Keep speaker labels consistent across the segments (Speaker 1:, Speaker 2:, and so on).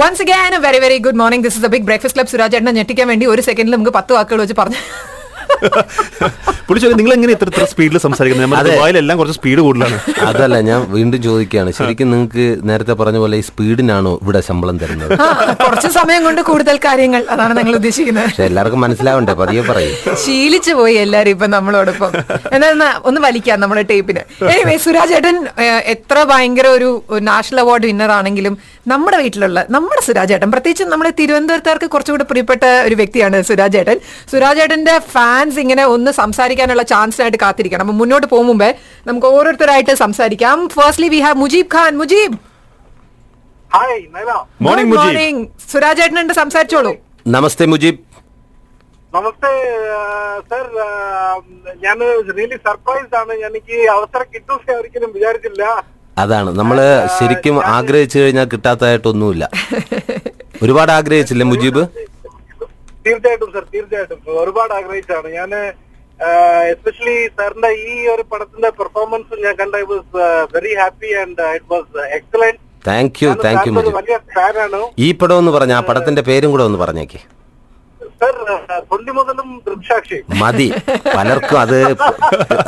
Speaker 1: Once again very very good morning this is a big breakfast club Suraj ഏട്ടനെ ഞെട്ടിക്കാൻ വേണ്ടി ഒരു സെക്കൻഡിൽ നമുക്ക് പത്ത് വാക്കുകൾ വെച്ച് പറഞ്ഞു
Speaker 2: പുള്ളിച്ചോലി നിങ്ങൾ എങ്ങനെ ഇത്ര സ്പീഡിൽ സംസാരിക്കുന്നത് നമ്മുടെ
Speaker 3: അതെ.
Speaker 2: ദുബായിലെല്ലാം കുറച്ച് സ്പീഡ് കൂടുതലാണ്
Speaker 3: അതല്ല ഞാൻ വീണ്ടും ചോദിക്കുകയാണ് ശരിക്കും നിങ്ങൾക്ക് നേരത്തെ പറഞ്ഞ പോലെ ഈ സ്പീഡിനാണോ ഇവിടെ ശമ്പളം തരുന്നത്
Speaker 1: ആ, കുറച്ച് സമയം കൊണ്ട് കൂടുതൽ കാര്യങ്ങൾ അതാണ് ഞങ്ങൾ ഉദ്ദേശിക്കുന്നത്
Speaker 3: പക്ഷെ എല്ലാവർക്കും മനസ്സിലാവണ്ടേ പതിയെ പറയും
Speaker 1: ശീലിച്ചു പോയി എല്ലാരും ഇപ്പൊ നമ്മളോടൊപ്പം എന്നാൽ എന്നാ ഒന്ന് വലിക്കാം നമ്മുടെ ടേപ്പിന് എനിവേ സുരാജ് ഏട്ടൻ ഏഹ്, എത്ര ഭയങ്കര ഒരു ഒരു നാഷണൽ അവാർഡ് വിന്നർ ആണെങ്കിലും നമ്മുടെ വീട്ടിലുള്ള നമ്മുടെ സുരാജ് ഏട്ടൻ പ്രത്യേകിച്ച് നമ്മുടെ തിരുവനന്തപുരത്തുകാർക്ക് കുറച്ചുകൂടി പ്രിയപ്പെട്ട ഒരു വ്യക്തിയാണ് സുരാജ് ഏട്ടൻ സുരാജ് ഏട്ടന്റെ ഫാൻസ് ഇങ്ങനെ ഒന്ന് സംസാരിക്കാനുള്ള ചാൻസിനായിട്ട് കാത്തിരിക്കണം അപ്പൊ മുന്നോട്ട് പോകും മുമ്പേ നമുക്ക് ഓരോരുത്തരായിട്ട് സംസാരിക്കാം firstly we have Mujeeb Khan Mujeeb
Speaker 4: hi Naila
Speaker 2: morning
Speaker 1: Good
Speaker 2: Mujeeb
Speaker 1: morning. Suraj ഏട്ടനുണ്ട് സംസാരിച്ചോളൂ
Speaker 3: നമസ്തേ മുജീബ്
Speaker 4: നമസ്തേ സർ ഞാൻ റിയലി സർപ്രൈസ്ഡ് ആണ് എനിക്ക് അവസരം കിട്ടും ഞാൻ ഒരിക്കലും വിചാരിച്ചില്ല
Speaker 3: അതാണ് നമ്മള് ശരിക്കും ആഗ്രഹിച്ചു കഴിഞ്ഞാൽ കിട്ടാത്തതായിട്ടൊന്നുമില്ല ഒരുപാട് ആഗ്രഹിച്ചില്ലേ മുജീബ്
Speaker 4: തീർച്ചയായിട്ടും സർ തീർച്ചയായിട്ടും ഒരുപാട് ആഗ്രഹിച്ചാണ് ഞാൻ എസ്പെഷ്യലി സാറിന്റെ ഈ ഒരു പടത്തിന്റെ പെർഫോമൻസ് ഞാൻ കണ്ട I was very happy and it was excellent
Speaker 3: thank you thank you Mujeeb
Speaker 4: വലിയ ഫാനാണ്
Speaker 3: ഈ പടം എന്ന് പറഞ്ഞ ആ പടത്തിന്റെ പേരും കൂടെ ഒന്ന് പറഞ്ഞേക്കേ
Speaker 4: സർ തൊണ്ടി മുതലും ദൃക്സാക്ഷി
Speaker 3: മതി പലർക്കും അത്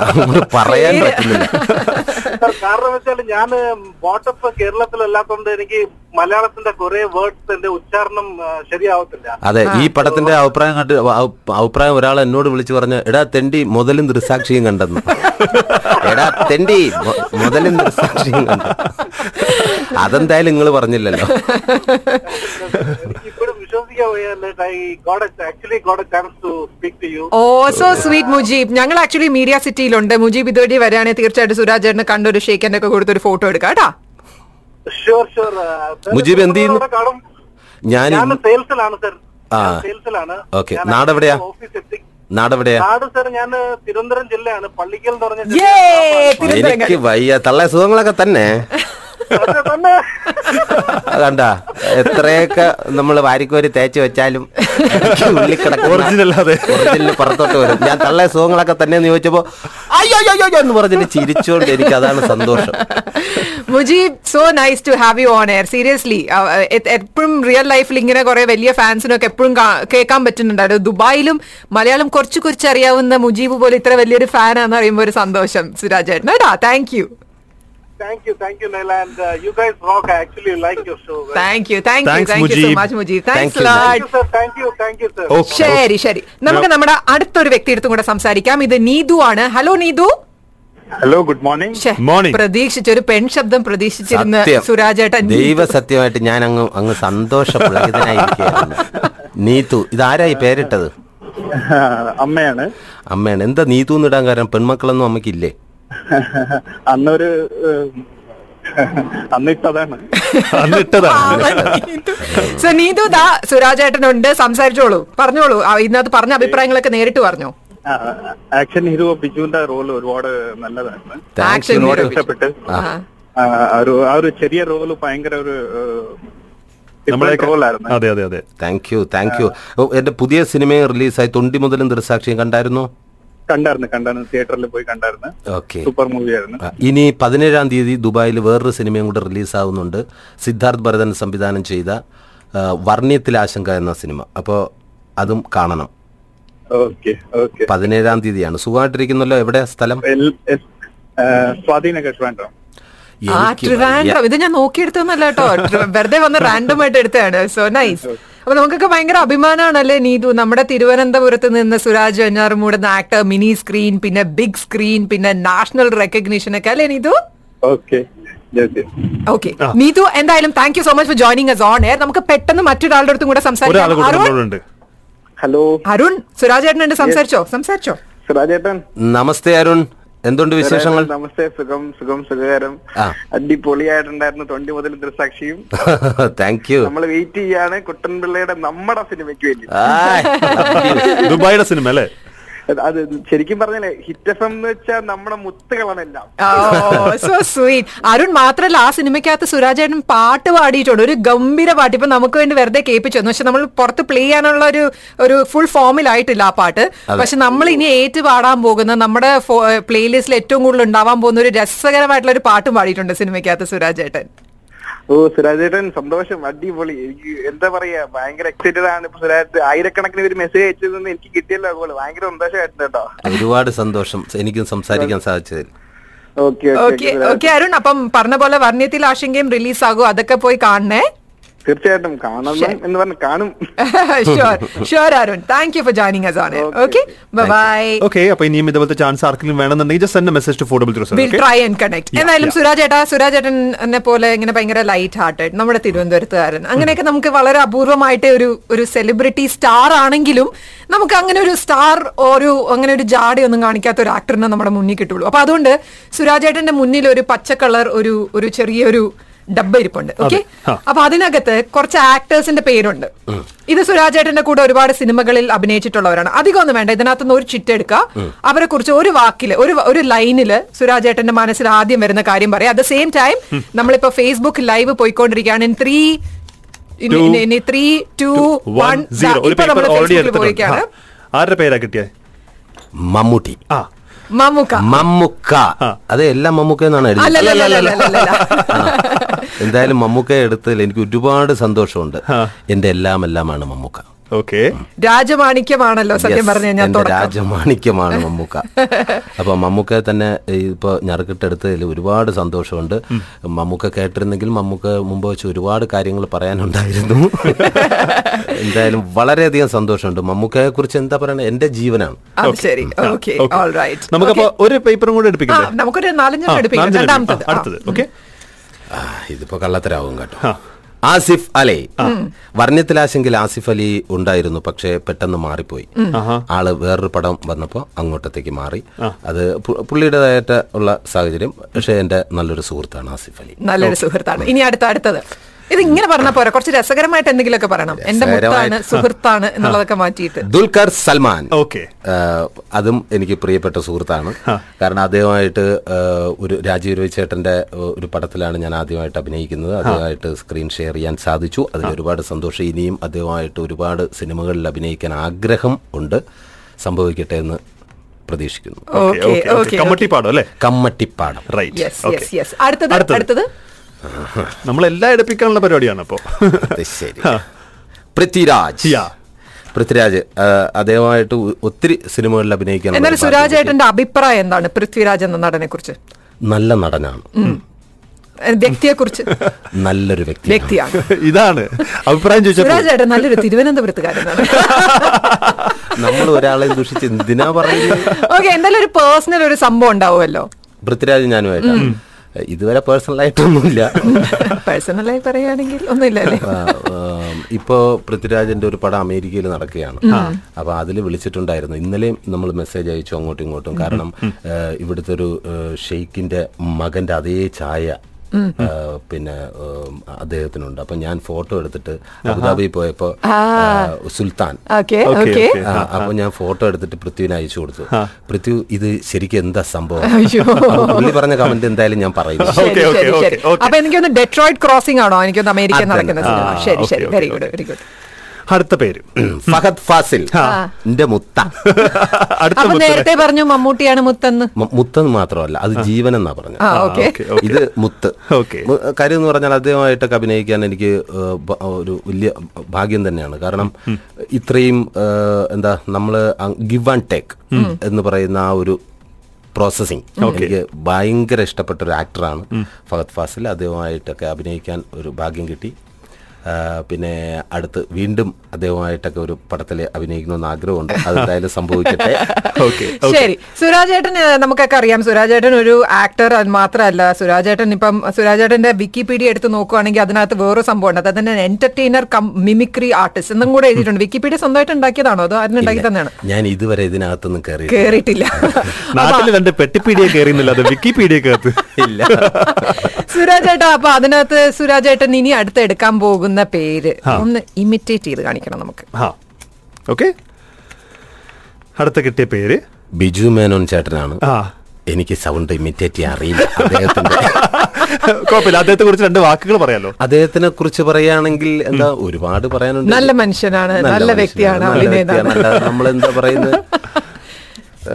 Speaker 3: അങ്ങോട്ട് പറയാൻ പറ്റുന്നില്ല
Speaker 4: സർ, കാരണം വെച്ചാൽ ഞാൻ ബോട്ടപ്പ് കേരളത്തിലല്ലാത്തതുകൊണ്ട് എനിക്ക് മലയാളത്തിന്റെ കുറെ വേർഡ്സ് എന്റെ ഉച്ചാരണം ആ, ശരിയാവത്തില്ല
Speaker 3: അതെ ഈ പടത്തിന്റെ അഭിപ്രായം കണ്ട് അഭി- അഭിപ്രായം ഒരാൾ എന്നോട് വിളിച്ചു പറഞ്ഞു എടാ തെണ്ടി മുതലും ദൃസാക്ഷിയും കണ്ടെന്ന് എടാ തെണ്ടി മു- മുതലും ദൃസാക്ഷിയും കണ്ടെന്ന് അതെന്തായാലും നിങ്ങൾ പറഞ്ഞില്ലല്ലോ
Speaker 4: എനിക്ക് ഇപ്പോഴും വിശ്വസിക്കാൻ വയ്യാ I got actually got a chance to speak to you
Speaker 1: oh so sweet Mujeeb ഞങ്ങൾ ആക്ച്വലി മീഡിയ സിറ്റിയിലുണ്ട് മുജീബ് ഇതുവഴി വരികയാണെങ്കിൽ തീർച്ചയായിട്ടും സുരാജ് ചേട്ടന് കണ്ടൊരു ഷേക്ക് എൻ്റെ ഒക്കെ കൊടുത്തൊരു ഫോട്ടോ എടുക്കാം കേട്ടാ
Speaker 4: ഷുവർ ഷുവർ
Speaker 3: മുജീബ് എന്ത് ചെയ്യുന്നു?
Speaker 4: കാണും
Speaker 3: ഞാൻ
Speaker 4: ഞാൻ സെയിൽസിലാണ് സർ
Speaker 3: ആ.
Speaker 4: സെയിൽസിലാണ്
Speaker 3: Okay. നാടെവിടെയാ?
Speaker 4: ഓഫീസ് എത്തി
Speaker 3: നാടെവിടെയാ
Speaker 4: നാട് സർ ഞാൻ തിരുവനന്തപുരം ജില്ലയാണ് പള്ളിക്കൽ എന്ന് പറഞ്ഞ
Speaker 1: യേ
Speaker 4: ജില്ലയാണ്.
Speaker 3: എനിക്ക് വയ്യ തള്ള സുഖങ്ങളൊക്കെ തന്നെ
Speaker 4: അതെ തന്നെ.
Speaker 3: കണ്ട എത്രയൊക്കെ നമ്മൾ വാരിക്കോരി തേച്ച് വെച്ചാലും
Speaker 2: Original അതെ.
Speaker 3: ഒറിജിനൽ പുറത്തോട്ട് വരും ഞാൻ തള്ള സുഖങ്ങളൊക്കെ തന്നെ എന്ന് ചോദിച്ചപ്പോ അയ്യോ അയ്യോ, അയ്യോ എന്ന് പറഞ്ഞിട്ട് ചിരിച്ചുകൊണ്ട് എനിക്ക് അതാണ് സന്തോഷം
Speaker 1: Mujeeb so nice to have you on air seriously എപ്പോഴും റിയൽ ലൈഫിൽ ഇങ്ങനെ കുറെ വലിയ ഫാൻസിനൊക്കെ എപ്പോഴും കേൾക്കാൻ പറ്റുന്നുണ്ടായിരുന്നു ദുബായിലും മലയാളം കുറച്ച് കുറച്ച് അറിയാവുന്ന മുജീബ് പോലെ ഇത്ര വലിയൊരു ഫാനാന്ന് പറയുമ്പോൾ ഒരു സന്തോഷം സുരാജ് ചേട്ടൻ കേട്ടാ thank you
Speaker 4: Thank you, thank you, Naila. And uh, you guys rock. I actually like your show. very
Speaker 1: thank you thank you
Speaker 2: Thanks,
Speaker 1: thank you so
Speaker 2: Mujeeb.
Speaker 1: Much Mujeeb
Speaker 3: Thank
Speaker 1: thanks
Speaker 3: you.
Speaker 1: Lad
Speaker 4: Thank you, sir. Thank you, thank you, sir.
Speaker 2: Okay
Speaker 1: ശരി ശരി നമുക്ക് നമ്മുടെ അടുത്തൊരു വ്യക്തിയെടുത്തും കൂടെ സംസാരിക്കാം ഇത് നീതു ആണ് hello Neethu
Speaker 5: hello good morning
Speaker 1: ശ്ശെ,
Speaker 2: Morning.
Speaker 1: പ്രതീക്ഷിച്ച ഒരു പെൺ ശബ്ദം പ്രതീക്ഷിച്ചിരുന്ന
Speaker 3: സത്യം.
Speaker 1: സുരാജേട്ടൻ
Speaker 3: ദൈവ സത്യമായിട്ട് ഞാൻ അങ്ങ് അങ്ങ് സന്തോഷപ്രകൃതനായിരിക്കുകയായിരുന്നു നീതു ഇതാരാ ഈ പേരിട്ടത്
Speaker 5: അമ്മയാണ്
Speaker 3: അമ്മയാണ് എന്താ നീതു എന്നിടാൻ കാരണം പെൺമക്കളൊന്നും അമ്മയ്ക്കില്ലേ
Speaker 5: അന്നൊരു ഉം, അന്ന് ഇട്ടതാണ്
Speaker 2: അന്നിട്ടതാണ്
Speaker 1: സോ നീതു ദാ സുരാജേട്ടനുണ്ട് സംസാരിച്ചോളൂ പറഞ്ഞോളൂ ആ, ഇതിനകത്ത് പറഞ്ഞ അഭിപ്രായങ്ങളൊക്കെ നേരിട്ട് പറഞ്ഞോ
Speaker 5: ആക്ഷൻ ഹീറോ ബിജുവിന്റെ റോൾ ഒരുപാട് നല്ലതായിരുന്നു
Speaker 1: Action
Speaker 3: താങ്ക്സ്
Speaker 5: ഒരുപാട്
Speaker 1: hero.
Speaker 5: ഇഷ്ടപ്പെട്ട്
Speaker 3: ആ.
Speaker 5: ആ, ആ ഒരു ആ ഒരു ചെറിയ റോള് ഭയങ്കര ഒരു
Speaker 2: നമ്മളെ
Speaker 5: റോളായിരുന്നു
Speaker 2: അതെ അതെ അതെ
Speaker 3: thank you thank you oh, എന്റെ പുതിയ സിനിമയും റിലീസായി തൊണ്ടി മുതലും ദൃസാക്ഷിയും കണ്ടായിരുന്നു
Speaker 5: കണ്ടായിരുന്നു കണ്ടായിരുന്നു തിയേറ്ററിൽ പോയി കണ്ടായിരുന്നു
Speaker 3: ഓക്കെ
Speaker 5: സൂപ്പർ മൂവിയായിരുന്നു
Speaker 3: ഇനി പതിനേഴാം തീയതി ദുബായിൽ വേറൊരു സിനിമയും കൂടെ റിലീസാവുന്നുണ്ട് സിദ്ധാർത്ഥ് ഭരതൻ സംവിധാനം ചെയ്ത ആ, വർണ്ണ്യത്തിൽ ആശങ്ക എന്ന സിനിമ അപ്പോൾ അതും കാണണം
Speaker 5: ഓക്കെ ഓക്കെ
Speaker 3: പതിനേഴാം തീയതിയാണ് സുഖമായിട്ടിരിക്കുന്നല്ലോ എവിടെ സ്ഥലം
Speaker 5: സ്വാധീന കേട്ടോ
Speaker 1: ആ
Speaker 3: എനിക്ക് വയ്യ.
Speaker 1: ട്രിവാൻഡ്രം ഇത് ഞാൻ നോക്കിയെടുത്തൊന്നല്ല കേട്ടോ ട്രി- വെറുതെ വന്ന് റാൻഡം ആയിട്ട് എടുത്തതാണ് സോ നൈസ് അപ്പൊ നമുക്കൊക്കെ ഭയങ്കര അഭിമാനമാണല്ലേ നീതു നമ്മുടെ തിരുവനന്തപുരത്ത് നിന്ന് സുരാജ് വെഞ്ഞാറുമൂട് എന്ന ആക്ടർ മിനി സ്ക്രീൻ പിന്നെ ബിഗ് സ്ക്രീൻ പിന്നെ നാഷണൽ റെക്കഗ്നീഷൻ ഒക്കെ അല്ലേ നീതു
Speaker 5: ഓക്കെ
Speaker 1: ഓക്കെ നീതു എന്തായാലും thank you so much for joining us on air നമുക്ക് പെട്ടെന്ന് മറ്റൊരാളുടെ അടുത്തും കൂടെ
Speaker 2: ഒരാൾ
Speaker 1: സംസാരിക്കാം
Speaker 2: കൂടെ
Speaker 1: അരുൺ
Speaker 2: നമ്മളോടുണ്ട്
Speaker 5: ഹലോ
Speaker 1: അരുൺ സുരാജ് ചേട്ടനുണ്ട് സംസാരിച്ചോ സംസാരിച്ചോ
Speaker 5: സുരാജേട്ടൻ
Speaker 3: നമസ്തേ അരുൺ എന്തുണ്ട് വിശേഷങ്ങൾ
Speaker 5: നമസ്തേ സുഖം സുഖം സുഖകരം
Speaker 3: ആ.
Speaker 5: അടിപൊളിയായിട്ടുണ്ടായിരുന്നു തൊണ്ടി മുതൽ ദൃസാക്ഷിയും
Speaker 3: താങ്ക് യു
Speaker 5: നമ്മൾ വെയിറ്റ് ചെയ്യാണ് കുട്ടൻപിള്ളയുടെ നമ്മുടെ സിനിമയ്ക്ക് വേണ്ടി
Speaker 2: ദുബായിയുടെ സിനിമ അല്ലേ
Speaker 5: അത് ശരിക്കും പറഞ്ഞല്ലേ ഹിറ്റ് എഫ് എം എന്ന് വെച്ചാൽ നമ്മുടെ മുത്തുകളാണ് എല്ലാം
Speaker 1: സോ സ്വീറ്റ് അരുൺ മാത്രല്ല ആ സിനിമയ്ക്കകത്ത് സുരാജേട്ടൻ പാട്ട് പാടിയിട്ടുണ്ട് ഒരു ഗംഭീര പാട്ട് ഇപ്പൊ നമുക്ക് വേണ്ടി വെറുതെ കേൾപ്പിച്ചു തന്നു പക്ഷെ നമ്മൾ പുറത്ത് പ്ലേ ചെയ്യാനുള്ള ഒരു ഒരു ഫുൾ ഫോമിലായിട്ടില്ല ആ പാട്ട് പക്ഷെ നമ്മൾ ഇനി ഏറ്റു പാടാൻ പോകുന്ന നമ്മുടെ പ്ലേലിസ്റ്റിൽ ഏറ്റവും കൂടുതൽ ഉണ്ടാവാൻ പോകുന്ന ഒരു രസകരമായിട്ടുള്ള ഒരു പാട്ടും പാടിയിട്ടുണ്ട് സിനിമയ്ക്കകത്ത് സുരാജേട്ടൻ
Speaker 5: ഓ ഓ സുരാജേട്ടൻ സന്തോഷം അടിപൊളി എനിക്ക് എന്താ പറയാ ഭയങ്കര എക്സൈറ്റഡ് ആണ് ഇപ്പൊ സുരാജ് ആയിരക്കണക്കിന് ഒരു മെസ്സേജ് അയച്ചതെന്ന് എനിക്ക് കിട്ടിയല്ലോ അതുപോലെ ഭയങ്കര സന്തോഷമായിട്ടുണ്ട് കേട്ടോ
Speaker 3: ഒരുപാട് സന്തോഷം എനിക്കും സംസാരിക്കാൻ സാധിച്ചതിൽ
Speaker 5: ഓക്കെ
Speaker 1: ഓക്കെ ഓക്കെ അരുൺ അപ്പം പറഞ്ഞ പോലെ വർണ്ണ്യത്തിൽ ആശങ്കയും റിലീസ് ആകും അതൊക്കെ പോയി കാണണേ
Speaker 5: തീർച്ചയായിട്ടും കാണണം എന്ന് പറഞ്ഞു കാണും
Speaker 1: sure sure Arun thank you for joining us on okay bye
Speaker 2: okay അപ്പൊ ഇനിയും ഇതുപോലത്തെ ചാൻസ് ആർക്കെങ്കിലും വേണമെന്നുണ്ടെങ്കിൽ ജസ്റ്റ് എന്റെ message to four double zero
Speaker 1: will try and connect എന്നാലും സുരാജേട്ടാ സുരാജേട്ടനെ പോലെ ഇങ്ങനെ ഭയങ്കര ലൈറ്റ് ഹാർട്ടഡ് നമ്മുടെ തിരുവനന്തപുരത്തുകാരൻ അങ്ങനെയൊക്കെ നമുക്ക് വളരെ അപൂർവമായിട്ട് ഒരു ഒരു സെലിബ്രിറ്റി സ്റ്റാർ ആണെങ്കിലും നമുക്ക് അങ്ങനെ ഒരു സ്റ്റാർ ഒരു അങ്ങനെ ഒരു ജാടി ഒന്നും കാണിക്കാത്ത ഒരു ആക്ടറിനെ നമ്മുടെ മുന്നിൽ കിട്ടുള്ളൂ അപ്പൊ അതുകൊണ്ട് സുരാജേട്ടന്റെ മുന്നിൽ ഒരു പച്ച കളർ ഒരു ഒരു ചെറിയൊരു ഡബ്ബ ഇരിപ്പുണ്ട് ഓക്കെ
Speaker 2: ആ.
Speaker 1: അപ്പൊ അതിനകത്ത് കുറച്ച് ആക്ടേഴ്സിന്റെ പേരുണ്ട് ഇത് സുരാജേട്ടന്റെ കൂടെ ഒരുപാട് സിനിമകളിൽ അഭിനയിച്ചിട്ടുള്ളവരാണ് അധികം ഒന്നും വേണ്ട ഇതിനകത്ത് നിന്ന് ഒരു ചിട്ടെടുക്കുക അവരെ കുറിച്ച് ഒരു വാക്കില് ഒരു വ- ഒരു ലൈനില് സുരാജേട്ടന്റെ മനസ്സിൽ ആദ്യം വരുന്ന കാര്യം പറയാം അറ്റ് ദ സെയിം ടൈം നമ്മളിപ്പോ ഫേസ്ബുക്ക് ലൈവ് പോയിക്കൊണ്ടിരിക്കുകയാണ് in three
Speaker 2: Two,
Speaker 1: three two one
Speaker 2: one zero ഒരു
Speaker 1: ഇപ്പൊ
Speaker 2: പേപ്പർ
Speaker 1: നമ്മൾ
Speaker 2: ഓൾറെഡി
Speaker 1: ഫേസ്ബുക്കിൽ
Speaker 2: എടുത്തിട്ടുണ്ട്
Speaker 1: പോയിരിക്കുകയാണ്
Speaker 2: ആ. ആരുടെ പേരാ കിട്ടിയേ
Speaker 3: മമ്മൂട്ടി
Speaker 2: ആ
Speaker 1: മമ്മുക്ക
Speaker 3: മമ്മുക്ക
Speaker 2: ആ.
Speaker 3: അതെ എല്ലാം മമ്മൂക്ക എന്നാണ് എഴുതിയത്
Speaker 1: അല്ലല്ല
Speaker 3: ആ. എന്തായാലും മമ്മൂക്ക എടുത്തതിൽ എനിക്ക് ഒരുപാട് സന്തോഷമുണ്ട്
Speaker 2: ആ.
Speaker 3: എന്റെ എല്ലാം എല്ലാമാണ് മമ്മൂക്ക
Speaker 2: ഓക്കെ
Speaker 1: രാജമാണിക്യമാണല്ലോ സത്യം
Speaker 3: Yes,
Speaker 1: പറഞ്ഞു കഴിഞ്ഞാൽ
Speaker 3: എന്റെ
Speaker 1: തുടക്കം
Speaker 3: രാജമാണിക്യമാണ് മമ്മൂക്ക അപ്പൊ മമ്മൂക്ക തന്നെ ഇപ്പൊ ഞറുക്കിട്ടെടുത്തതിൽ ഒരുപാട് സന്തോഷമുണ്ട് മമ്മൂക്ക കേട്ടിരുന്നെങ്കിൽ മമ്മൂക്ക മുമ്പ് വെച്ച് ഒരുപാട് കാര്യങ്ങൾ പറയാനുണ്ടായിരുന്നു എന്തായാലും വളരെയധികം സന്തോഷമുണ്ട് മമ്മൂക്കയെ കുറിച്ച് എന്താ പറയണേ എന്റെ ജീവനാണ്
Speaker 1: അത് ശരി ഓക്കെ
Speaker 2: Okay.
Speaker 1: ഓൾ റൈറ്റ്
Speaker 2: നമുക്കപ്പോ ഒരു പേപ്പറും കൂടെ എടുപ്പിക്കണ്ടേ
Speaker 1: ആ, നമുക്കൊരു നാലഞ്ചെണ്ണം
Speaker 2: ആ,
Speaker 1: എടുപ്പിക്കാം.
Speaker 2: നാലഞ്ചെണ്ണം
Speaker 1: രണ്ടാമത്തത്.
Speaker 2: എടുപ്പിക്കാം. അടുത്തത് ഓക്കെ
Speaker 3: ആ, ഇതിപ്പോ കള്ളത്തരാവും കേട്ടോ
Speaker 2: ആ.
Speaker 3: ആസിഫ് അലി വർണ്ണത്തിലാശെങ്കിൽ ആസിഫ് അലി ഉണ്ടായിരുന്നു പക്ഷേ പെട്ടെന്ന് മാറിപ്പോയി
Speaker 2: ആഹാ.
Speaker 3: ആള് വേറൊരു പടം വന്നപ്പോൾ അങ്ങോട്ടത്തേക്ക് മാറി അത് പു- പുള്ളിയുടേതായിട്ട് ഉള്ള സാഹചര്യം പക്ഷേ എന്റെ നല്ലൊരു സുഹൃത്താണ് ആസിഫ് അലി
Speaker 1: നല്ലൊരു സുഹൃത്താണ് ഇനി അടുത്ത അടുത്തത് ഇത് ഇങ്ങനെ പറഞ്ഞാൽ പോരാ കുറച്ച് രസകരമായിട്ട് എന്തെങ്കിലുമൊക്കെ പറയണം എന്റെ മുത്താണ്
Speaker 3: രസകരമായിട്ട്.
Speaker 1: സുഹൃത്താണ് എന്നുള്ളതൊക്കെ മാറ്റിയിട്ട്
Speaker 3: ദുൽഖർ സൽമാൻ
Speaker 2: ഓക്കെ
Speaker 3: ഏഹ് അതും എനിക്ക് പ്രിയപ്പെട്ട സുഹൃത്താണ് കാരണം അദ്ദേഹമായിട്ട് ഏഹ് ഒരു രാജീവ് രവി ചേട്ടന്റെ ഏഹ് ഒരു പടത്തിലാണ് ഞാൻ ആദ്യമായിട്ട് അഭിനയിക്കുന്നത് അതുമായിട്ട് സ്ക്രീൻ ഷെയർ ചെയ്യാൻ സാധിച്ചു അതിൽ ഒരുപാട് സന്തോഷം ഇനിയും അദ്ദേഹമായിട്ട് ഒരുപാട് സിനിമകളിൽ അഭിനയിക്കാൻ ആഗ്രഹം ഉണ്ട് സംഭവിക്കട്ടെ എന്ന് പ്രതീക്ഷിക്കുന്നു
Speaker 2: ഓക്കെ
Speaker 1: ഓക്കെ
Speaker 2: ഓക്കെ
Speaker 1: ഓക്കെ
Speaker 2: കമ്മട്ടി പാടോ അല്ലേ
Speaker 3: Kammattipaadam
Speaker 2: right
Speaker 1: yes yes yes അടുത്തത്
Speaker 2: അടുത്തത്.
Speaker 1: അടുത്തത്
Speaker 2: നമ്മൾ എല്ലാം എടുപ്പിക്കാനുള്ള പരിപാടിയാണ് അപ്പോ
Speaker 3: അത് ശരി പൃഥ്വിരാജ്
Speaker 2: Yeah.
Speaker 3: പൃഥ്വിരാജ് ഏഹ് അദ്ദേഹമായിട്ട് ഒ- ഒത്തിരി സിനിമകളിൽ അഭിനയിക്കാൻ
Speaker 1: എന്നാൽ
Speaker 3: ഒരു
Speaker 1: സുരാജ്
Speaker 3: ഭാഗ്യം കിട്ടി.
Speaker 1: ഏട്ടന്റെ അഭിപ്രായം എന്താണ് പൃഥ്വിരാജ് എന്ന നടനെ കുറിച്ച്
Speaker 3: നല്ല നടനാണ്
Speaker 1: വ്യക്തിയെ കുറിച്ച്
Speaker 3: നല്ലൊരു വ്യക്തി
Speaker 1: വ്യക്തിയാണ്
Speaker 2: ഇതാണ് അഭിപ്രായം ചോദിച്ചപ്പോൾ
Speaker 1: സുരാജ് ഏട്ടൻ നല്ലൊരു തിരുവനന്തപുരത്തുകാരനാണ്
Speaker 3: നമ്മൾ ഒരാളെ ദുഷിച്ച് എന്തിനാ പറയുന്നത്
Speaker 1: ഓക്കെ എന്തായാലും ഒരു പേഴ്സണൽ ഒരു സംഭവം ഉണ്ടാവുമല്ലോ
Speaker 3: പൃഥ്വിരാജ് ഞാനുമായിട്ടാണ് ഇതുവരെ പേഴ്സണൽ ആയിട്ടൊന്നുമില്ല
Speaker 1: പേഴ്സണലായി പറയുകയാണെങ്കിൽ ഒന്നുമില്ലല്ലേ
Speaker 3: ആ, ആം, ഇപ്പോ പൃഥ്വിരാജിന്റെ ഒരു പടം അമേരിക്കയിൽ നടക്കുകയാണ് അപ്പൊ അതിൽ വിളിച്ചിട്ടുണ്ടായിരുന്നു ഇന്നലെയും നമ്മൾ മെസ്സേജ് അയച്ചു അങ്ങോട്ടും ഇങ്ങോട്ടും കാരണം ഏ, ഇവിടുത്തെ ഒരു ഏ, ഷെയ്ഖിന്റെ മകന്റെ അതേ ചായ ഏ, പിന്നെ ഏം, അദ്ദേഹത്തിനുണ്ട് അപ്പൊ ഞാൻ ഫോട്ടോ എടുത്തിട്ട് അബുദാബി പോയപ്പോ ഏ, സുൽത്താൻ
Speaker 1: ഓക്കെ
Speaker 2: Okay,
Speaker 1: ഓക്കെ
Speaker 2: okay.
Speaker 3: ആ, അപ്പൊ ഞാൻ ഫോട്ടോ എടുത്തിട്ട് പൃഥ്വിന് അയച്ചു കൊടുത്തു പൃഥ്വി ഇത് ശരിക്കും എന്താ സംഭവം
Speaker 1: അയ്യോ.
Speaker 3: അപ്പൊ പുള്ളി പറഞ്ഞ കമന്റ് എന്തായാലും ഞാൻ പറയുന്നു
Speaker 2: Okay,
Speaker 1: ശരി,
Speaker 2: okay,
Speaker 1: ശരി,
Speaker 2: okay,
Speaker 1: ശരി.
Speaker 2: okay.
Speaker 1: അപ്പൊ എനിക്കൊന്ന് ഡെട്രോയിഡ് ക്രോസിംഗ് ആണോ എനിക്കൊന്ന് അമേരിക്ക
Speaker 3: അതന്നെ.
Speaker 1: നടക്കുന്ന
Speaker 2: ആ,
Speaker 1: സിനിമ ശരി
Speaker 2: okay,
Speaker 1: ശരി
Speaker 2: okay,
Speaker 1: very
Speaker 2: okay.
Speaker 1: Good very good
Speaker 2: അടുത്ത പേര്
Speaker 3: ഫഹദ് ഫാസിൽ എന്റെ മുത്ത
Speaker 2: അടുത്ത
Speaker 1: അപ്പൊ
Speaker 2: മുത്തേ
Speaker 1: നേരത്തെ പറഞ്ഞു മമ്മൂട്ടിയാണ് മുത്തെന്ന്
Speaker 3: മ- മുത്തെന്ന് മാത്രമല്ല അത് ജീവൻ എന്നാ പറഞ്ഞത്
Speaker 1: ആ ഓക്കെ
Speaker 2: okay, okay.
Speaker 3: ഇത് മുത്ത്
Speaker 2: Okay.
Speaker 3: മു- കാര്യം എന്ന് പറഞ്ഞാൽ അദ്ദേഹമായിട്ടൊക്കെ അഭിനയിക്കാൻ എനിക്ക് ഏ, ബ- ഒരു വലിയ ഭാഗ്യം തന്നെയാണ് കാരണം ഇത്രയും ഏ, എന്താ നമ്മൾ ഗിവ് ആൻഡ് ടേക്ക് എന്ന് പറയുന്ന ആ ഒരു പ്രോസസ്സിങ് എനിക്ക് ഭയങ്കര ഇഷ്ടപ്പെട്ട ഒരു ആക്ടറാണ് ഫഹദ് ഫാസിൽ അദ്ദേഹമായിട്ടൊക്കെ അഭിനയിക്കാൻ ഒരു ഭാഗ്യം കിട്ടി ആ, പിന്നെ അടുത്ത് വീണ്ടും അദ്ദേഹമായിട്ടൊക്കെ ഒരു പടത്തിൽ അഭിനയിക്കണമെന്ന് ആഗ്രഹമുണ്ട് അതെന്തായാലും സംഭവിക്കട്ടെ
Speaker 2: ഓക്കെ
Speaker 1: ശരി സുരാജേട്ടൻ ഏ, നമുക്കൊക്കെ അറിയാം സുരാജേട്ടൻ ഒരു ആക്ടർ അത് മാത്രമല്ല സുരാജേട്ടൻ ഇപ്പം സുരാജേട്ടന്റെ വിക്കിപീഡിയ എടുത്ത് നോക്കുവാണെങ്കിൽ അതിനകത്ത് വേറൊരു സംഭവം ഉണ്ട് അതിന് എന്റർടൈനർ കം മിമിക്രി ആർട്ടിസ്റ്റ് എന്നും കൂടെ എഴുതിയിട്ടുണ്ട് വിക്കിപീഡിയ സ്വന്തമായിട്ട് ഉണ്ടാക്കിയതാണോ അതോ അതിനുണ്ടാക്കി തന്നെയാണ്
Speaker 3: ഞാൻ ഇതുവരെ ഇതിനകത്തൊന്നും കയറി
Speaker 1: കേറിയിട്ടില്ല
Speaker 2: നാട്ടിൽ രണ്ട് പെട്ടിപ്പീഡിയ കയറിയുന്നില്ല അത് വിക്കിപീഡിയ കയറത്ത്
Speaker 3: ഇല്ല
Speaker 1: സുരാജേട്ടാ അപ്പൊ അതിനകത്ത് സുരാജേട്ടൻ ഇനി അടുത്ത് എടുക്കാൻ പോകുന്ന പേര് ഒന്ന് ഇമിറ്റേറ്റ് ചെയ്ത് കാണിക്കണം നമുക്ക്
Speaker 2: ആ ഓക്കെ അടുത്ത കിട്ടിയ പേര്
Speaker 3: ബിജു മേനോൻ ചേട്ടനാണ്
Speaker 2: ആ
Speaker 3: എനിക്ക് സൗണ്ട് ഇമിറ്റേറ്റ് ചെയ്യാൻ അറിയില്ല അദ്ദേഹത്തിന്റെ
Speaker 2: കുഴപ്പമില്ല അദ്ദേഹത്തെ കുറിച്ച് രണ്ട് വാക്കുകൾ പറയാലോ
Speaker 3: അദ്ദേഹത്തിനെ കുറിച്ച് പറയുകയാണെങ്കിൽ എന്താ ഒരുപാട് പറയാനുണ്ട്
Speaker 1: നല്ല മനുഷ്യനാണ്, നല്ല
Speaker 3: മനുഷ്യനാണ്,
Speaker 1: വ്യക്തിയാണ്,
Speaker 3: നല്ല
Speaker 1: അഭിനേതാവ്.
Speaker 3: വ്യക്തിയാണ്. അല്ലാതെ നമ്മളെന്താ പറയുന്നത്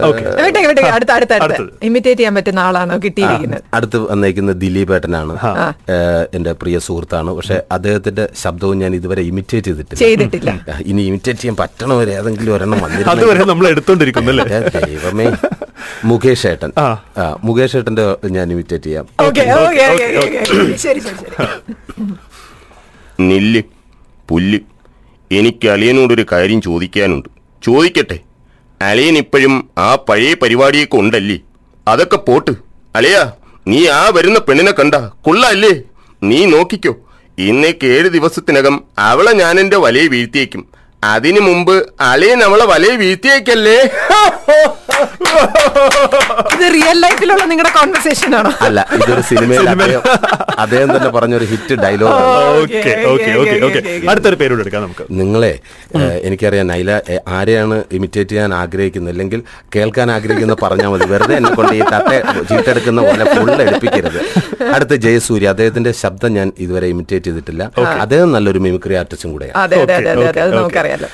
Speaker 2: Okay.
Speaker 1: വിട്ടേക്ക് വിട്ടേക്ക് അടുത്ത അടുത്ത അടുത്ത
Speaker 2: അടുത്തത്.
Speaker 1: ഇമിറ്റേറ്റ് ചെയ്യാൻ പറ്റുന്ന ആളാണോ കിട്ടിയിരിക്കുന്നത്
Speaker 3: അടുത്ത് വന്നേക്കുന്ന ദിലീപ് ഏട്ടനാണ്
Speaker 2: ആ.
Speaker 3: ഏഹ് എന്റെ പ്രിയ സുഹൃത്താണ് പക്ഷെ അദ്ദേഹത്തിന്റെ ശബ്ദവും ഞാൻ ഇതുവരെ ഇമിറ്റേറ്റ് ചെയ്തിട്ടില്ല
Speaker 1: ചെയ്തിട്ടില്ല
Speaker 3: ആ, ഇനി ഇമിറ്റേറ്റ് ചെയ്യാൻ പറ്റണ വരെ ഏതെങ്കിലും ഒരെണ്ണം
Speaker 2: അതുവരെ
Speaker 3: വന്നിരുന്നു
Speaker 2: നമ്മൾ എടുത്തോണ്ടിരിക്കുന്നു അല്ലേ
Speaker 3: ദൈവമേ മുകേഷ് ഏട്ടൻ
Speaker 2: ആ.
Speaker 3: ആ, മുകേഷ് ഏട്ടന്റെ ഞാൻ ഇമിറ്റേറ്റ് ചെയ്യാം
Speaker 1: okay okay
Speaker 2: okay,
Speaker 1: okay
Speaker 2: okay.
Speaker 1: ശരി ശരി ശരി
Speaker 6: നെല്ല് പുല്ല് എനിക്ക് അളിയനോടൊരു കാര്യം ചോദിക്കാനുണ്ട് ചോദിക്കട്ടെ അളിയൻ ഇപ്പോഴും ആ പഴയ പരിപാടിയൊക്കെ ഉണ്ടല്ലേ അതൊക്കെ പോട്ട് അളിയാ നീ ആ വരുന്ന പെണ്ണിനെ കണ്ട കൊള്ളല്ലേ നീ നോക്കിക്കോ ഇന്നേക്ക് ഏഴ് ദിവസത്തിനകം അവളെ ഞാൻ എൻ്റെ വലയെ വീഴ്ത്തിയേക്കും അതിനു മുമ്പ് അളിയൻ അവളെ വലയെ വീഴ്ത്തിയേക്കല്ലേ
Speaker 1: ഇത് റിയൽ ലൈഫിലുള്ള നിങ്ങളുടെ കോൺവെർസേഷൻ ആണോ
Speaker 3: അല്ല ഇതൊരു സിനിമയിൽ
Speaker 2: സിനിമ.
Speaker 3: അദ്ദേഹം അദ്ദേഹം തന്നെ പറഞ്ഞൊരു hit dialogue
Speaker 1: Okay,
Speaker 2: okay okay
Speaker 1: okay,
Speaker 2: okay
Speaker 1: okay,
Speaker 2: okay
Speaker 1: okay.
Speaker 2: അടുത്തൊരു പേരോട് എടുക്കാം നമുക്ക്
Speaker 3: നിങ്ങളെ ഏഹ്, എനിക്കറിയാം നൈല ഏഹ്, ആരെയാണ് ഇമിറ്റേറ്റ് ചെയ്യാൻ ആഗ്രഹിക്കുന്നത് അല്ലെങ്കിൽ കേൾക്കാൻ ആഗ്രഹിക്കുന്ന പറഞ്ഞാൽ മതി വെറുതെ എന്നെ കൊണ്ട് ഈ തട്ട ചീട്ടെടുക്കുന്ന പോലെ ഫുള്ള് എടുപ്പിക്കരുത് അടുത്ത ജയസൂര്യ അദ്ദേഹത്തിന്റെ ശബ്ദം ഞാൻ ഇതുവരെ ഇമിറ്റേറ്റ് ചെയ്തിട്ടില്ല അദ്ദേഹം നല്ലൊരു മിമിക്രി ആർട്ടിസ്റ്റും കൂടെയാണ്
Speaker 1: അതെ അതെ അതെ അതെ
Speaker 2: Okay,
Speaker 1: അതെ അത്
Speaker 2: okay,
Speaker 1: നമുക്കറിയാലോ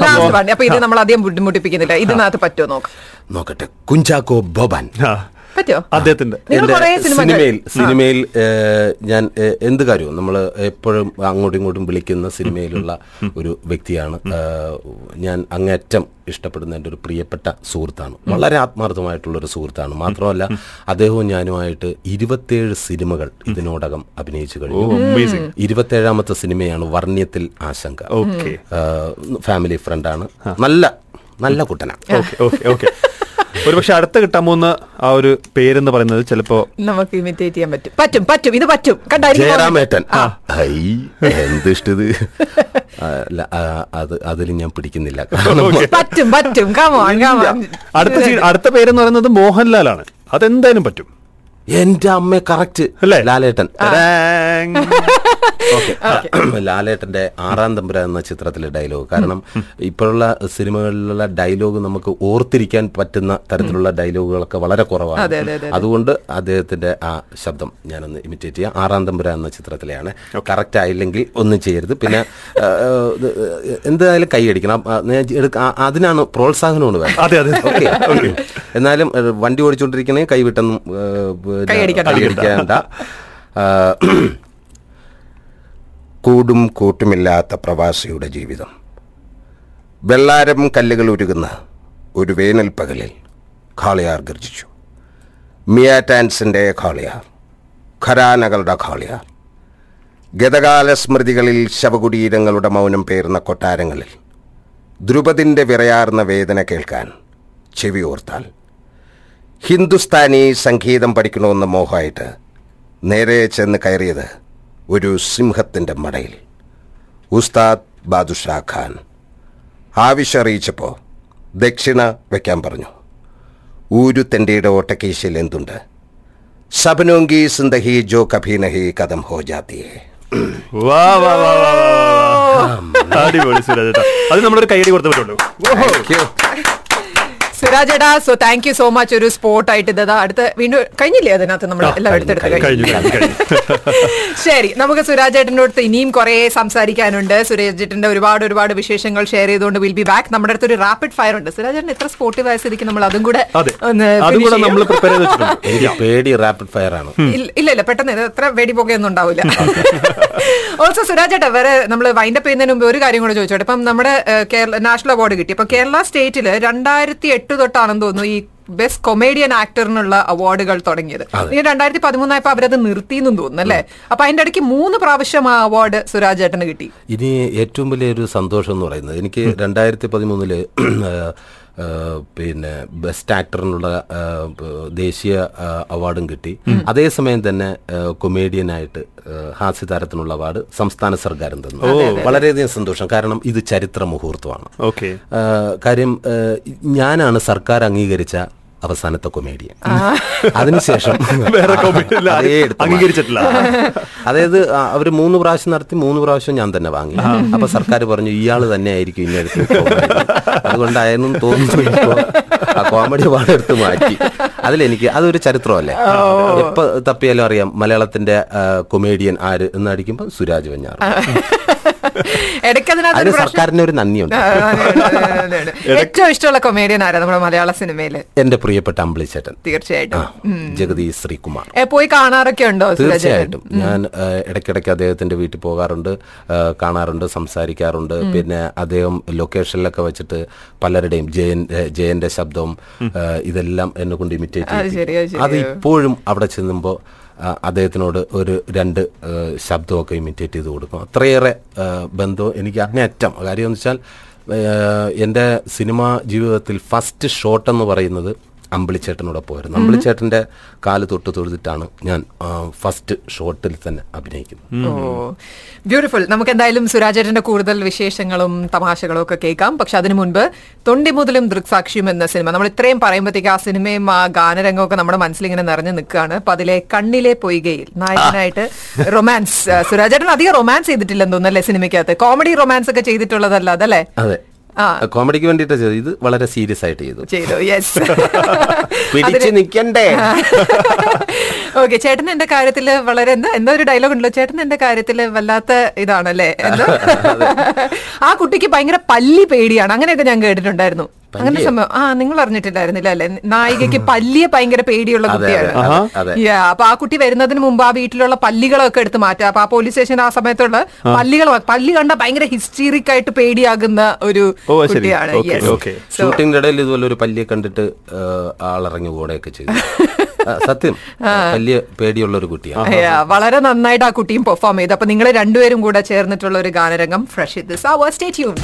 Speaker 1: ലാസ്റ്റ് പാണ്ടി അപ്പൊ ഇത് നമ്മൾ അധികം ബുദ്ധിമുട്ടിപ്പിക്കുന്നില്ല ഇതിനകത്ത് പറ്റുമോ നോക്കാം
Speaker 3: നോക്കട്ടെ കുഞ്ചാക്കോ ബോബൻ
Speaker 2: ആ,
Speaker 1: പറ്റുമോ
Speaker 2: അദ്ദേഹത്തിന്റെ
Speaker 1: നിങ്ങൾ
Speaker 3: എന്റെ
Speaker 1: കുറേ
Speaker 3: സിനിമയിൽ
Speaker 1: സിനിമ
Speaker 3: സിനിമയിൽ ഏഹ്, ഞാൻ ഏഹ്, എന്ത് കാര്യവും നമ്മൾ എപ്പോഴും അങ്ങോട്ടും ഇങ്ങോട്ടും വിളിക്കുന്ന സിനിമയിലുള്ള ഒരു വ്യക്തിയാണ് ഏഹ്, ഞാൻ അങ്ങേറ്റം ഇഷ്ടപ്പെടുന്ന എൻ്റെ ഒരു പ്രിയപ്പെട്ട സുഹൃത്താണ് വളരെ ആത്മാർത്ഥമായിട്ടുള്ള ഒരു സുഹൃത്താണ് മാത്രമല്ല അദ്ദേഹവും ഞാനുമായിട്ട് ഇരുപത്തിയേഴ് സിനിമകൾ ഇതിനോടകം അഭിനയിച്ചു കഴിഞ്ഞു ഇരുപത്തേഴാമത്തെ സിനിമയാണ് വർണ്ണ്യത്തിൽ ആശങ്ക
Speaker 2: ഓക്കെ
Speaker 3: ഏഹ്, ഫാമിലി ഫ്രണ്ടാണ് നല്ല നല്ല കുട്ടനാണ്
Speaker 2: ഓക്കെ ഓക്കെ ഓക്കെ ഒരുപക്ഷെ അടുത്ത കിട്ടാൻ പോകുന്ന ആ ഒരു പേരെന്ന് പറയുന്നത് ചിലപ്പോ
Speaker 1: നമുക്ക് ഇമിറ്റേറ്റ് ചെയ്യാൻ പറ്റും പറ്റും പറ്റും ഇത് പറ്റും കണ്ടായിരിക്കും
Speaker 3: ജയറാമേട്ടൻ ഐ എന്തിഷ്ടത് അല്ല ആ, അത് അതിൽ ഞാൻ പിടിക്കുന്നില്ല കാരണം
Speaker 1: പറ്റും പറ്റും കമോൺ കമോൺ
Speaker 2: അടുത്ത സീ- അടുത്ത പേരെന്ന് പറയുന്നത് മോഹൻലാലാണ് അതെന്തായാലും പറ്റും
Speaker 3: എന്റെ അമ്മ കറക്റ്റ്
Speaker 2: അല്ലേ?
Speaker 3: ലാലേട്ടൻ
Speaker 2: ടാങ്.
Speaker 3: ലാലേട്ടന്റെ ആറാം തമ്പുര എന്ന ചിത്രത്തിലെ ഡയലോഗ് കാരണം ഇപ്പോഴുള്ള സിനിമകളിലുള്ള ഡയലോഗ് നമുക്ക് ഓർത്തിരിക്കാൻ പറ്റുന്ന തരത്തിലുള്ള ഡയലോഗുകളൊക്കെ വളരെ
Speaker 1: അതെ, അതെ,
Speaker 3: കുറവാണ്
Speaker 1: അതെ.
Speaker 3: അതുകൊണ്ട് അദ്ദേഹത്തിന്റെ ആ ശബ്ദം ഞാനൊന്ന് ഇമിറ്റേറ്റ് ചെയ്യാം ആറാം തമ്പുര എന്ന ചിത്രത്തിലെയാണ് കറക്റ്റ് ആയില്ലെങ്കിൽ ഒന്നും ചെയ്യരുത് പിന്നെ ആ, ആ, ഇത്, എന്തായാലും കൈയടിക്കണം ആ, ഞാൻ എടുക്ക- ആ, അതിനാണ് പ്രോത്സാഹനമാണ്
Speaker 2: അതെ, അതെ.
Speaker 3: Okay. എന്നാലും ഏ, വണ്ടി ഓടിച്ചുകൊണ്ടിരിക്കണേ കൈവിട്ടൊന്നും ഏ, പിന്നെ
Speaker 1: കൈയടിക്കണ്ട.
Speaker 3: കൈയടിക്കണ്ട ആ, കൂടും കൂട്ടുമില്ലാത്ത പ്രവാസിയുടെ ജീവിതം വെള്ളാരം കല്ലുകൾ ഉരുകുന്ന ഒരു വേനൽ പകലിൽ ഖാളിയാർ ഗർജിച്ചു മിയാറ്റാൻസിൻ്റെ ഖാളിയാർ ഖരാനകളുടെ ഖാളിയാർ ഗതകാല സ്മൃതികളിൽ ശവകുടീരങ്ങളുടെ മൗനം പേർന്ന കൊട്ടാരങ്ങളിൽ ദ്രുപതിൻ്റെ വിറയാർന്ന വേദന കേൾക്കാൻ ചെവി ഓർത്താൽ ഹിന്ദുസ്ഥാനി സംഗീതം പഠിക്കണമെന്ന് മോഹമായിട്ട് നേരെ ചെന്ന് കയറിയത് ഒരു സിംഹത്തിൻ്റെ മടയിൽ ഉസ്താദ് ബാദുഷാ ഖാൻ ആവശ്യം അറിയിച്ചപ്പോൾ ദക്ഷിണ വയ്ക്കാൻ പറഞ്ഞു ഊരു തെണ്ടിയുടെ ഓട്ടക്കേശിൽ എന്തുണ്ട് സബനോങ്കി സിന്ദഹി ജോ കഭി നഹി കഥം ഹോ ജാത്തിയെ
Speaker 2: വാ, വാ, വാ, വാ, വാ, വാ. അടിപൊളി സുരാജ് ചേട്ടാ അത് നമ്മളൊരു കൈയടി കൊടുത്തേ പറ്റുള്ളൂ
Speaker 1: സുരാജേടാ so thank you so much ഒരു സ്പോട്ട് ആയിട്ട് ഇത് ദാ അടുത്ത വീണ്ടും കഴിഞ്ഞില്ലേ അതിനകത്ത് നമ്മൾ എല്ലാം
Speaker 3: കഴിഞ്ഞു,
Speaker 1: എടുത്തെടുത്ത് കഴിഞ്ഞു
Speaker 2: കഴിഞ്ഞു കഴിഞ്ഞു, കഴിഞ്ഞു
Speaker 1: ശരി നമുക്ക് സുരാജേട്ടൻ്റെ അടുത്ത് ഇനിയും കുറേ സംസാരിക്കാനുണ്ട് സുരാജേട്ടൻ്റെ ഒരുപാട് ഒരുപാട് വിശേഷങ്ങൾ ഷെയർ ചെയ്തുകൊണ്ട് വിൽ ബി ബാക്ക് നമ്മുടെ അടുത്ത് ഒരു റാപ്പിഡ് ഫയർ ഉണ്ട് സുരാജേട്ടൻ എത്ര സ്പോർട്ടീവ് ആയ സ്ഥിതിക്ക് നമ്മൾ അതും കൂടെ
Speaker 2: അതെ
Speaker 1: ഒന്ന്
Speaker 2: അതും
Speaker 1: finish
Speaker 2: കൂടെ
Speaker 1: ചെയ്യും.
Speaker 2: നമ്മൾ പ്രിപ്പയർ ചെയ്ത് വെച്ചിട്ടുണ്ട്
Speaker 3: എനിക്ക് പേടി റാപ്പിഡ് ഫയർ ആണ്
Speaker 1: ഇല്ല ഇല്ല, ഇല്ല പെട്ടെന്ന് ഇത് അത്ര വെടി പോകുകയൊന്നും ഉണ്ടാവില്ല ഓൾസോ സുരാജേട്ടാ വേറെ നമ്മൾ വൈൻഡപ്പ് ചെയ്യുന്നതിന് മുമ്പ് ഒരു കാര്യം കൂടെ ചോദിച്ചോട്ടെ ഇപ്പം നമ്മുടെ ഏഹ്, കേരള നാഷണൽ അവാർഡ് കിട്ടി അപ്പൊ കേരള സ്റ്റേറ്റിൽ രണ്ടായിരത്തി എട്ട് തൊട്ടാണെന്ന് തോന്നുന്നു ഈ ബെസ്റ്റ് കൊമേഡിയൻ ആക്ടറിനുള്ള അവാർഡുകൾ തുടങ്ങിയത് ഇനി രണ്ടായിരത്തി പതിമൂന്നായപ്പോൾ അവരത് നിർത്തിയെന്നും തോന്നുന്നു അല്ലേ അപ്പൊ അതിന്റെ ഇടയ്ക്ക് മൂന്ന് പ്രാവശ്യം ആ അവാർഡ് സുരാജേട്ടന് കിട്ടി
Speaker 3: ഇനി ഏറ്റവും വലിയൊരു സന്തോഷം എന്ന് പറയുന്നത് എനിക്ക് രണ്ടായിരത്തി പതിമൂന്നില് പിന്നെ ബെസ്റ്റ് ആക്ടറിനുള്ള ആ, ബ- ദേശീയ ആ, അവാർഡും കിട്ടി അതേസമയം തന്നെ ആ, കൊമേഡിയനായിട്ട് ആ, ഹാസ്യ താരത്തിനുള്ള അവാർഡ് സംസ്ഥാന സർക്കാരും തന്നു വളരെയധികം സന്തോഷം കാരണം ഇത് ചരിത്ര മുഹൂർത്തമാണ്
Speaker 2: ഓക്കെ
Speaker 3: ആ, കാര്യം ആ, ഞാനാണ് സർക്കാർ അംഗീകരിച്ച അവസാനത്തെ കൊമേഡിയൻ അതിനുശേഷം
Speaker 2: വേറെ comedy ഇല്ല.
Speaker 3: അതേ എടുത്ത്
Speaker 2: അംഗീകരിച്ചിട്ടില്ല.
Speaker 3: അതായത് ആ, അവര് മൂന്ന് പ്രാവശ്യം നടത്തി മൂന്ന് പ്രാവശ്യം ഞാൻ തന്നെ വാങ്ങി അപ്പൊ സർക്കാർ പറഞ്ഞു ഇയാൾ തന്നെ ആയിരിക്കും ഇനി അടുത്ത comedy. അതുകൊണ്ടായെന്നും തോന്നുന്നു ഇപ്പൊ ആ കോമഡി വാടെടുത്ത് മാറ്റി അതിലെനിക്ക് അതൊരു ചരിത്രമല്ലേ എപ്പൊ തപ്പിയാലും അറിയാം മലയാളത്തിന്റെ കൊമേഡിയൻ ആര് എന്നടിക്കുമ്പോൾ സുരാജ് വെഞ്ഞാറ്
Speaker 1: ഇടയ്ക്ക് അതിനകത്ത്
Speaker 3: അതിന്
Speaker 1: ഒരു പ്രശ്നം
Speaker 3: സർക്കാരിന് ഒരു നന്ദിയുണ്ട്
Speaker 1: ആ, അതെ, അതെ, അതെ, അതെ, അതെ. ഏറ്റവും ഇഷ്ടമുള്ള കൊമേഡിയൻ ആരാ നമ്മുടെ മലയാള സിനിമയില്
Speaker 3: എന്റെ പ്രിയപ്പെട്ട അമ്പിളിച്ചേട്ടൻ
Speaker 1: തീർച്ചയായിട്ടും
Speaker 3: ആ ജഗതി ശ്രീകുമാർ
Speaker 1: ഏ, പോയി കാണാറൊക്കെ ഉണ്ടോ സുരാജ് ഏട്ടൻ?
Speaker 3: തീർച്ചയായിട്ടും ഞാൻ ഏഹ്, ഇടയ്ക്കിടയ്ക്ക് അദ്ദേഹത്തിന്റെ വീട്ടിൽ പോകാറുണ്ട് ഏഹ്, കാണാറുണ്ട് സംസാരിക്കാറുണ്ട്
Speaker 1: Mm.
Speaker 3: പിന്നെ അദ്ദേഹം ലൊക്കേഷനിലൊക്കെ വെച്ചിട്ട് പലരുടെയും ജയൻ ഏഹ്, ജയന്റെ ശബ്ദവും ഏഹ്, ഇതെല്ലാം എന്നെ കൊണ്ട്
Speaker 1: Mm. അത് ശരി, അത്
Speaker 3: ഇമിറ്റേറ്റ്
Speaker 1: ശരി.
Speaker 3: അത് ഇപ്പോഴും അവിടെ ചെല്ലുമ്പോൾ ആ, അദ്ദേഹത്തിനോട് ഒരു രണ്ട് ഏഹ്, ശബ്ദമൊക്കെ ഇമിറ്റേറ്റ് ചെയ്ത് കൊടുക്കും അത്രയേറെ ഏഹ്, ബന്ധം എനിക്ക് അങ്ങേയറ്റം കാര്യം എന്ന് വെച്ചാൽ ഏഹ്, എൻ്റെ സിനിമാ ജീവിതത്തിൽ ഫസ്റ്റ് ഷോട്ട് എന്ന് പറയുന്നത് അമ്പിളിച്ചേട്ടനോടൊപ്പമായിരുന്നു അമ്പിളിച്ചേട്ടൻ്റെ കാല് തൊട്ട് തൊഴുതിട്ടാണ് ഞാൻ ആ, ഫസ്റ്റ് ഷോട്ടിൽ തന്നെ അഭിനയിക്കുന്നത്
Speaker 1: ഓ ബ്യൂട്ടിഫുൾ നമുക്ക് എന്തായാലും സുരാജേട്ടന്റെ കൂടുതൽ വിശേഷങ്ങളും തമാശകളും ഒക്കെ കേൾക്കാം പക്ഷെ അതിനു മുൻപ് തൊണ്ടി മുതലും ദൃക്സാക്ഷിയും എന്ന സിനിമ നമ്മൾ ഇത്രയും പറയുമ്പോഴത്തേക്ക് ആ സിനിമയും ആ ഗാനരംഗവും ഒക്കെ നമ്മുടെ മനസ്സിൽ ഇങ്ങനെ നിറഞ്ഞു നിൽക്കുകയാണ് അപ്പൊ അതിലെ കണ്ണിലെ പൊയ്കയിൽ നായകനായിട്ട് റൊമാൻസ് സുരാജേട്ടൻ അധികം റൊമാൻസ് ചെയ്തിട്ടില്ലെന്ന് തോന്നുന്നു അല്ലേ സിനിമയ്ക്കകത്ത് കോമഡി റൊമാൻസ് ഒക്കെ ചെയ്തിട്ടുള്ളതല്ല അതല്ലേ
Speaker 3: അതെ
Speaker 1: ആ.
Speaker 3: കോമഡിക്ക് വേണ്ടിയിട്ടാണ് ചെയ്തത് ഇത് വളരെ സീരിയസ് ആയിട്ട് ചെയ്തു
Speaker 1: ചെയ്തു യെസ്
Speaker 3: പിടിച്ച് നിൽക്കണ്ടേ
Speaker 1: ഓക്കെ ചേട്ടൻ എന്റെ കാര്യത്തില് വളരെ എന്താ എന്താ ഒരു ഡയലോഗ് ഉണ്ടല്ലോ ചേട്ടൻ എന്റെ കാര്യത്തില് വല്ലാത്ത ഇതാണല്ലേ എന്തോ? ആ കുട്ടിക്ക് ഭയങ്കര പല്ലി പേടിയാണ് അങ്ങനെയൊക്കെ ഞാൻ കേട്ടിട്ടുണ്ടായിരുന്നു അങ്ങനെ സംഭവം ആ നിങ്ങൾ അറിഞ്ഞിട്ടില്ലായിരുന്നില്ല അല്ലെ നായികയ്ക്ക് പല്ലിയെ ഭയങ്കര പേടിയുള്ള
Speaker 3: അതെ, അതെ,
Speaker 1: കുട്ടിയാണ്
Speaker 3: അതെ, അതെ.
Speaker 1: Yeah, അപ്പൊ ആ കുട്ടി വരുന്നതിന് മുമ്പ് ആ വീട്ടിലുള്ള പല്ലികളൊക്കെ എടുത്ത് മാറ്റുക അപ്പൊ ആ പോലീസ് സ്റ്റേഷൻ ആ സമയത്തുള്ള പല്ലികൾ പല്ലി കണ്ട ഭയങ്കര ഹിസ്റ്റീറിക് ആയിട്ട് പേടിയാകുന്ന ഒരു
Speaker 2: ഓ, ശരി.
Speaker 1: കുട്ടിയാണ്
Speaker 2: Okay,
Speaker 1: Yes.
Speaker 2: okay.
Speaker 1: So-
Speaker 3: ഷൂട്ടിംഗിന്റെ ഇടയിൽ ഇതുപോലെ ഒരു പല്ലിയെ കണ്ടിട്ട് ഏഹ്, ആളിറങ്ങി ഓടുകയൊക്കെ ചെയ്തു ആ, സത്യം പല്ലിയ പേടിയുള്ള ഒരു കുട്ടിയാണ്
Speaker 1: Yeah, വളരെ നന്നായിട്ട് ആ കുട്ടിയും പെർഫോം ചെയ്തു അപ്പൊ നിങ്ങൾ രണ്ടുപേരും കൂടെ ചേർന്നിട്ടുള്ള ഒരു ഗാനരംഗം fresh this hour stay tune